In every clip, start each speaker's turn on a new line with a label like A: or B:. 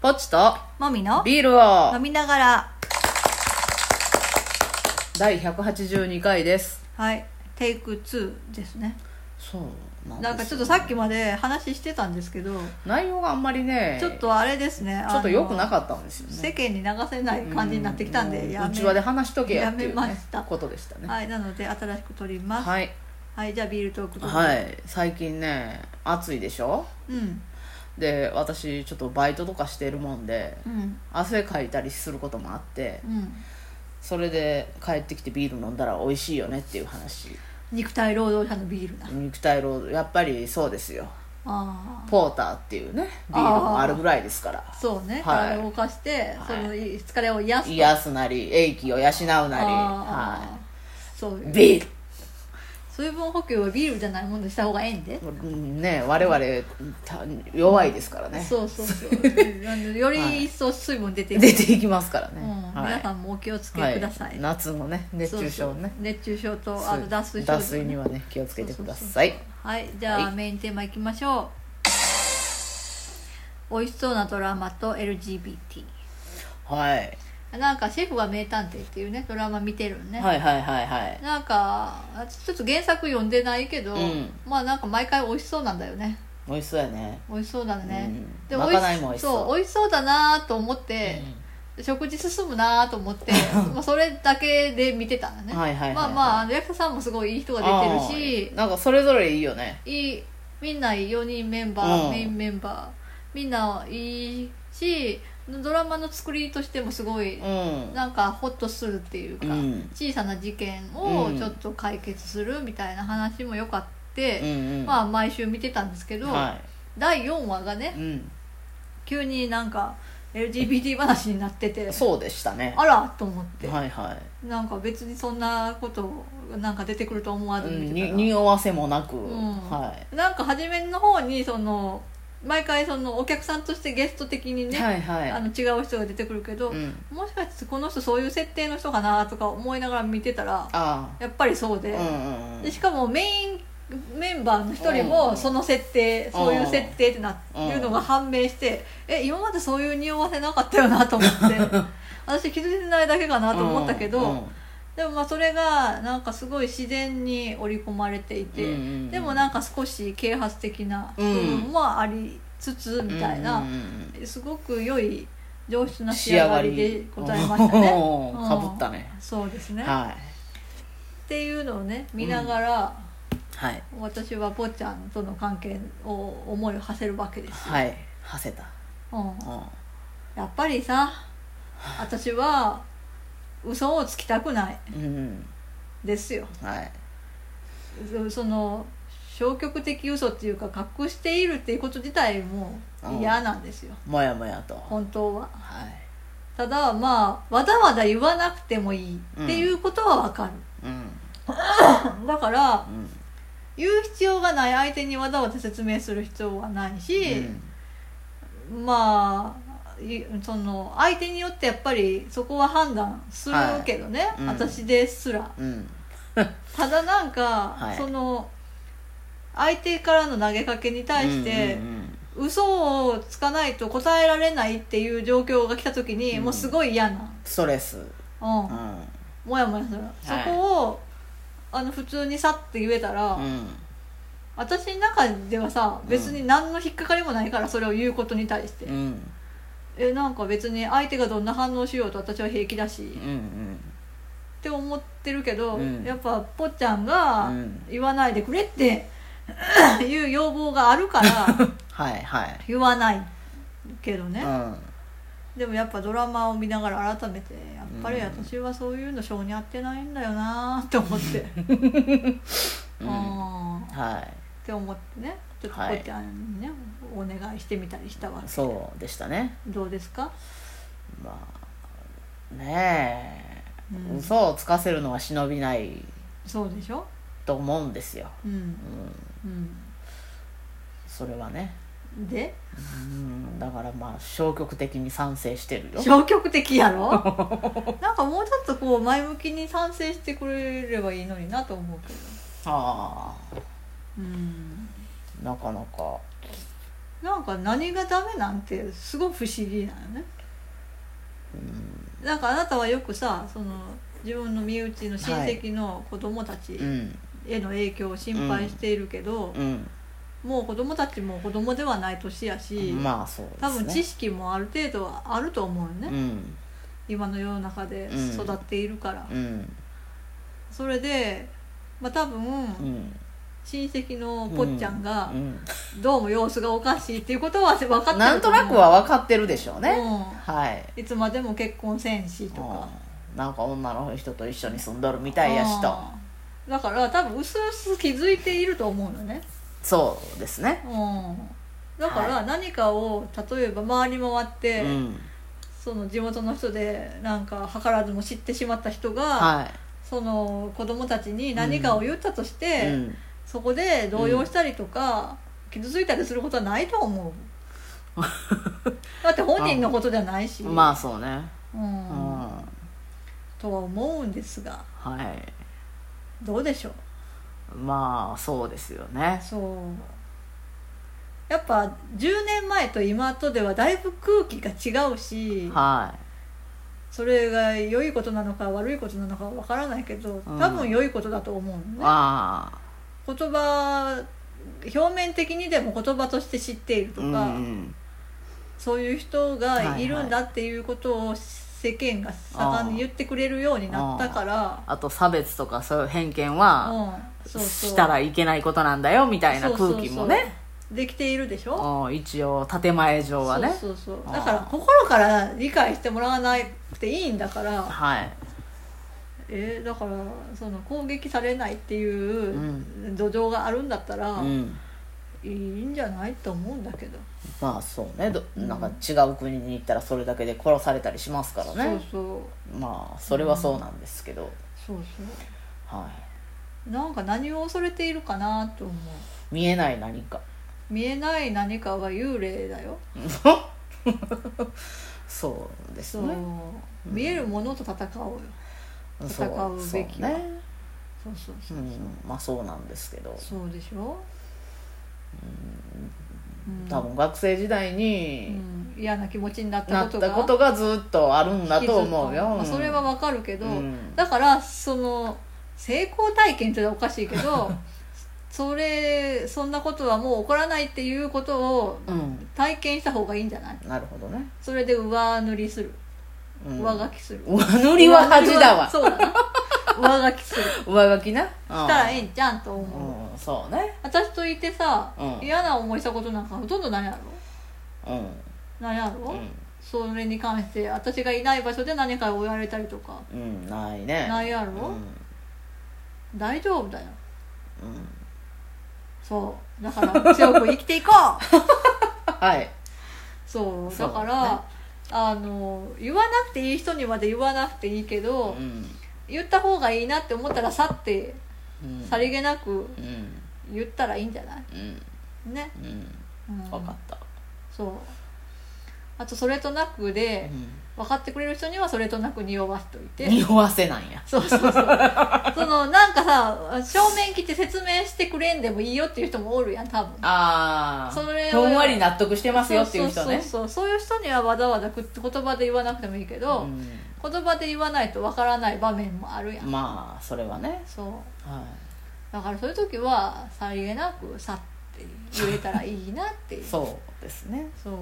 A: ポチと
B: もみの
A: ビールを
B: 飲みながら
A: 第182回です
B: はいテイク2ですね
A: そうなんですよ
B: なんかちょっとさっきまで話してたんですけど、
A: 内容があんまりね
B: ちょっとあれですね
A: ちょっと良くな
B: っ
A: かったんですよ
B: た
A: ね
B: 世間に流せない感じになってきたんで、
A: う
B: やめ
A: うちわで話しとけやっていう、ね、
B: やめました
A: ことでしたね
B: はいなので新しく撮りますはい、
A: はい、
B: じゃあビールトークどうぞ
A: はい、最近ね暑いでしょ
B: うん
A: で私ちょっとバイトとかしてるもんで
B: うん
A: 汗かいたりすることもあって
B: うん
A: それで帰ってきてビール飲んだら美味しいよねっていう話
B: 肉体労働者のビールだ
A: 肉体労働やっぱりそうですよ
B: あ
A: ポーターっていうねビールもあるぐらいですから
B: あそう
A: は
B: ね、
A: い
B: 体を動かして、
A: い
B: その疲れを癒すと
A: 癒すなり英気を養うなり
B: ああ
A: は
B: そう
A: いビー
B: 水分補給はビールじゃないもんでした方がええんで、
A: ルうんね我々た弱いですからね
B: そうそうそうなんでより一層水分出てくる
A: 出ていきますからね
B: うん皆さんもお気をつけ
A: はい
B: ください、
A: 夏のね熱中症ね
B: そうそう熱中症とあと脱水症
A: 脱水にはね気をつけてください
B: そうそうそうはいじゃあ、
A: はい
B: メインテーマいきましょう美味しそうなドラマと LGBT
A: はい
B: なんか「シェフは名探偵」っていうねドラマ見てるね、
A: はいはいはいはい
B: なんか私ちょっと原作読んでないけど、
A: うん
B: まあなんか毎回美味しそうなんだよね
A: 美味しそうやね
B: 美味しそうだね、
A: うん
B: で
A: まかないも美味しそう
B: 美味しそうだなと思って、食事進むなと思って まあそれだけで見てたのね
A: はいはいはいはい
B: まあまああの役者さんもすごいいい人が出てる
A: あーなんかそれぞれいいよね
B: しいいみんないい4人メンバー、
A: うん
B: メインメンバーみんないいしドラマの作りとしてもすごい、
A: うん
B: なんかホッとするっていうか、
A: うん
B: 小さな事件を
A: うん
B: ちょっと解決するみたいな話もよかって、
A: うんうん
B: まあ毎週見てたんですけど、
A: は
B: 第4話がね
A: いうん
B: 急になんか LGBT 話になってて
A: そうでしたね
B: あらと思って、
A: はいはい
B: なんか別にそんなことなんか出てくると思わず
A: うん
B: 見て
A: に
B: たら、
A: 匂わせもなく、
B: ん
A: はい
B: なんか初めの方にその毎回そのお客さんとしてゲスト的にね、
A: はいはい
B: あの違う人が出てくるけど、
A: うん、
B: もしかしてこの人そういう設定の人かなとか思いながら見てたら
A: あ
B: やっぱりそうで,、
A: あ、うんうんうん
B: でしかもメインメンバーの一人
A: う
B: も
A: ん
B: その設定、そういう設定ってな
A: うん
B: いうのが判明して、え今までそういう匂わせなかったよなと思って 私気づいてないだけかなと思ったけど、
A: うんうん
B: でもまあそれがなんかすごい自然に織り込まれていて、
A: うんうんうん
B: でもなんか少し啓発的な部分もありつつみたいな、
A: うんうんうん
B: すごく良い上質な
A: 仕
B: 仕上
A: 上
B: が
A: が
B: り
A: り
B: でございましたね。
A: お
B: う
A: ー
B: ん
A: かぶったね
B: そうですね、っ
A: は
B: ていうのをね見ながら、
A: いはい
B: 私は坊ちゃんとの関係を思いを馳せるわけですよ、
A: はいはせた、
B: う
A: う
B: ん、
A: ん、
B: やっぱりさ私は嘘をつきたくない
A: うん
B: ですよ
A: はい
B: そその消極的嘘っていうか隠しているっていうこと自体も嫌なんですよ
A: もやもやと
B: 本当は
A: はい
B: ただまあわざわざ言わなくてもいいっていうことはわかる、
A: うん
B: だから
A: うん
B: 言う必要がない相手にわざわざ説明する必要はないし、まあいその相手によってやっぱりそこは判断するけどね、
A: うん
B: 私ですら
A: うんうん
B: ただなんか、
A: はい
B: その相手からの投げかけに対して、
A: うんうん
B: 嘘をつかないと答えられないっていう状況が来た時に、
A: うん
B: もうすごい嫌な、
A: ストレス、
B: うん
A: うん
B: もやもやする、
A: い
B: そこをあの普通にさって言えたら、
A: うん、
B: 私の中ではさ別に何の引っかかりもないからそれを言うことに対して、
A: うんうん
B: えなんか別に相手がどんな反応しようと私は平気だし、
A: う
B: っ
A: ん
B: て思ってるけど、
A: うん
B: やっぱぽっちゃんが
A: うん
B: 言わないでくれって いう要望があるから
A: はいはい、
B: 言わないけどね、
A: うん
B: でもやっぱドラマを見ながら改めてやっぱり
A: うん
B: 私はそういうの性に合ってないんだよなと思って、う、
A: うんん、
B: っ
A: はい
B: て思ってねちょっと
A: はい
B: こちゃんにね、お願いしてみたりしたわけ
A: そうでしたね
B: どうですか、
A: まあね
B: う
A: え、
B: ん、
A: 嘘をつかせるのは忍びない
B: そうでしょ
A: と思うんですよ、
B: う
A: うんん、
B: う
A: それはね、
B: んで
A: うん、だからまあ消極的に賛成してるよ
B: 消極的や ろなんかもうちょっとこう前向きに賛成してくれればいいのになと思うけど
A: あ
B: うん
A: あなかなか
B: なんか何がダメなんてすごく不思議なのね、なんかあなたはよくさその自分の身内の親戚の子供たち
A: うん
B: への影響を心配しているけど、
A: うん
B: もう子供たちも子供ではない年やし、
A: まあそうですね
B: 多分知識もある程度はあると思うよね、
A: うん
B: 今の世の中で育っているから、
A: うん
B: それで、まあ、多分
A: うん
B: 親戚のぽっちゃんが
A: うん
B: どうも様子がおかしいっていうことは分かってる
A: なんとなくは分かってるでしょう
B: ね、
A: ね
B: うん
A: はい
B: いつまでも結婚せんしとか
A: うんなんか女の人と一緒に住んどるみたいやしと
B: うんだから多分うすうす気づいていると思うのね、
A: そうですね
B: うん、だから何かを例えば回り回って、
A: うん
B: その地元の人でなんか図らずも知ってしまった人が、
A: は
B: その子供たちに何かを言ったとし
A: い
B: て、
A: うん
B: そこで動揺したりとか、傷ついたりすることはないと 思うだって本人のことじゃないし
A: まあそうね
B: う
A: うんん
B: とは思うんですが
A: はい
B: どうでしょう
A: まあそうですよね
B: そうやっぱ10年前と今とではだいぶ空気が違うし
A: は
B: それが良いことなのか悪いことなのかわからないけど
A: うん
B: 多分良いことだと思うのね
A: い、ああ
B: 言葉表面的にでも言葉として知っていると
A: う
B: か、
A: んうん
B: そういう人がいるんだっていうことを世間が盛んに言ってくれるようになったから、
A: あと差別とかそういう偏見
B: う
A: は
B: ん、そうそう
A: したらいけないことなんだよみたいな
B: そうそう
A: 空
B: そう
A: 気もね
B: できているでしょ
A: うん一応建前上はね
B: そうそう
A: あー
B: そうだから心から理解してもらわなくていいんだから、
A: はい
B: えーだからその攻撃されないっていうう土壌があるんだったら、
A: うん
B: いいんじゃないと思うんだけど、
A: まあそうねどなんか違う国に行ったらそれだけで殺されたりしますから
B: そう
A: ね
B: そう
A: まあそれはそうなんですけど
B: そう
A: は
B: そうなんか何を恐れているかなと思う
A: い見えない何か
B: 見えない何かが幽霊だよ
A: そうです
B: そう、
A: ね
B: 見えるものと戦おうよ
A: そ
B: 戦うべきは
A: そうね
B: そうそうそうう、
A: んまあそうなんですけど
B: そうでしょ、うん
A: 多分学生時代
B: う
A: に
B: ん嫌な気持ちになった
A: な
B: こ
A: っ
B: と
A: た
B: が
A: ことがずっとあるんだと思うよ、
B: まあ、それはわかるけど、
A: うん
B: だからその成功体験ってのはおかしいけ どそれそんなことはもう起こらないっていうことを
A: うん
B: 体験した方がいいんじゃない
A: なるほどね、
B: それで上塗りする
A: うん、
B: 上書きする、
A: 上塗りは恥だわ
B: そうだな 上書きするし
A: 上書きなした
B: らええんじゃんと
A: う
B: 思う、
A: ん、そうね
B: 私といてさ、
A: うん
B: 嫌な思いしたことなんかほとんどないやろ
A: うん
B: ないやろ、それに関して私がいない場所で何かを言われたりとか
A: うん、うん、ないね
B: ないやろ、
A: うん、
B: 大丈夫だよ
A: うん、
B: そうだから強く生きていこ う
A: はい
B: そう
A: そう
B: だから、あの言わなくていい人にまで言わなくていいけど、
A: うん、
B: 言った方がいいなって思ったら去って
A: うん、
B: さりげなく
A: うん
B: 言ったらいいんじゃない
A: うん
B: ね、
A: うん
B: うん、
A: 分かった、
B: そうあとそれとなくで
A: う
B: 分かってくれる人にはそれとなく匂わせておいて
A: ん、匂わせなんや
B: そうそうそうそのなんかさ正面切って説明してくれんでもいいよっていう人もおるやん多分
A: ああ
B: それ
A: ふんわり納得してますよっていう人ね
B: そうそうそうそういう人にはわざわざく言葉で言わなくてもいいけど、言葉で言わないとわからない場面もあるやん、
A: うん、まあそれはね
B: そう
A: は
B: だからそういう時はさりげなくさって言えたらいいなってい
A: い
B: う
A: そうですね
B: そう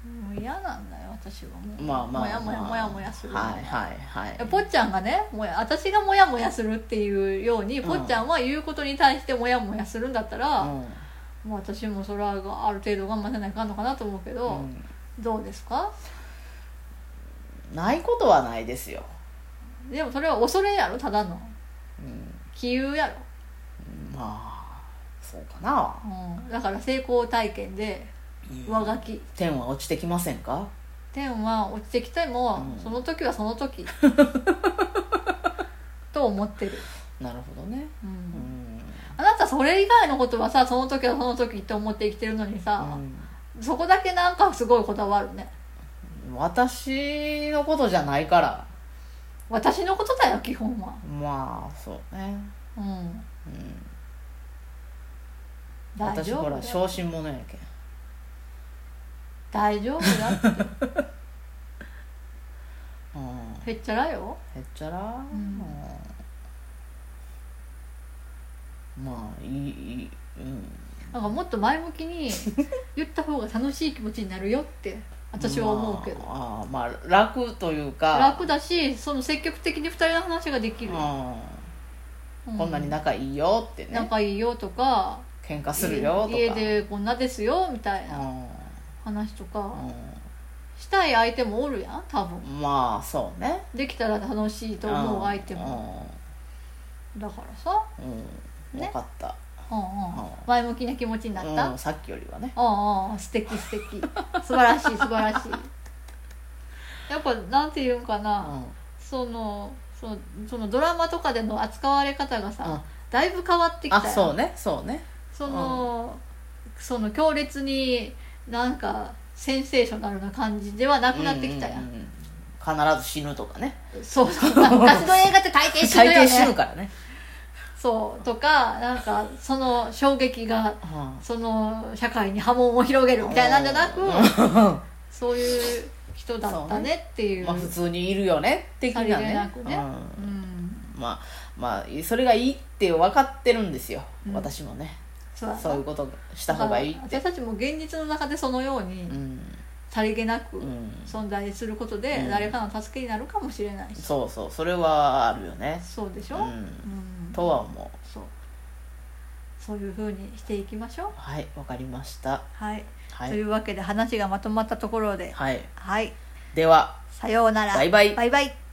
B: もう嫌なんだよ私はもう
A: まあまあ
B: もやもや
A: まあ
B: もやもやする、
A: はいはいはい
B: ぽっちゃんがねもや私がもやもやするっていうように、
A: うん
B: ぽっちゃんは言うことに対してもやもやするんだったら、
A: うん
B: もう私もそれはある程度我慢せないかんのかなと思うけど、
A: う
B: どうですか
A: んないことはないですよ、
B: でもそれは恐れやろただの
A: うん、
B: 杞憂やろ、
A: まあそうかな、
B: うん、だから成功体験で上書き
A: 天は落ちてきませんか
B: 天は落ちてきても、
A: うん
B: その時はそ の時と思ってる、
A: なるほどね
B: うん
A: うん、
B: あなたそれ以外のことはさその時はその時って思って生きてるのにさ、そこだけなんかすごいこだわるね
A: うん私のことじゃないから
B: 私のことだよ基本は
A: まあそうね、
B: うん
A: うん、
B: 大
A: 私
B: 丈
A: ほ
B: 夫
A: ら
B: だよ
A: 小心者やけん
B: 大丈夫だって
A: うん
B: へっちゃらよ
A: へっちゃら、
B: うん
A: うんまあいいいいうん
B: なんかもっと前向きに言った方が楽しい気持ちになるよって私は思うけど、
A: まああーまあ楽というか
B: 楽だしその積極的に2人の話ができる、う
A: うん、こんなに仲いいよってね
B: 仲いいよとか
A: 喧嘩するよとか
B: 家家でこんなですよみたいうなん話とか、
A: う
B: したい相手もおるやん多分
A: んまあそうね
B: できたら楽しいと思う相手も、だからさ、
A: うんうん
B: ね
A: 分かった、
B: うんうん
A: うん
B: 前向きな気持ちになった、
A: うん、さっきよりはね
B: ああ素敵素敵素晴らしい素晴ら しいやっぱなんていうんか
A: う
B: な、
A: ん
B: そのそのそのドラマとかでの扱われ方がさ、
A: うん
B: だいぶ変わってきた
A: あ
B: よ
A: そうねそうね
B: その、その強烈になんかセンセーショナルな感じではなくなってきたやん,、
A: うんうんうんうん必ず死ぬとかね
B: そうそう昔の映画って大抵死ぬ
A: 大
B: よ
A: 抵死ぬ
B: ね
A: からね、
B: そうとかなんかその衝撃が
A: うん
B: その社会に波紋を広げるみたいなんじゃなく、
A: うん
B: そういう人だったねっていう
A: まあ普通にいるよね的なね
B: さりげなくね
A: う
B: うん
A: んまあまあそれがいいって分かってるんですよ、
B: うん
A: 私もね
B: そうだな
A: そういうことした方がいいって
B: 私たちも現実の中でそのように
A: うん、
B: さりげなく
A: うん、
B: 存在することで
A: うん
B: 誰かの助けになるかもしれないし、
A: そうそうそれはあるよね
B: そうでし
A: う
B: ょ、うん
A: んとは思う
B: そうそういうふうにしていきましょう
A: はいわかりました
B: はい、
A: は
B: と
A: い
B: い、うわけで話がまとまったところで
A: はい、
B: はい
A: では
B: さようなら
A: バイバイ
B: バイバイ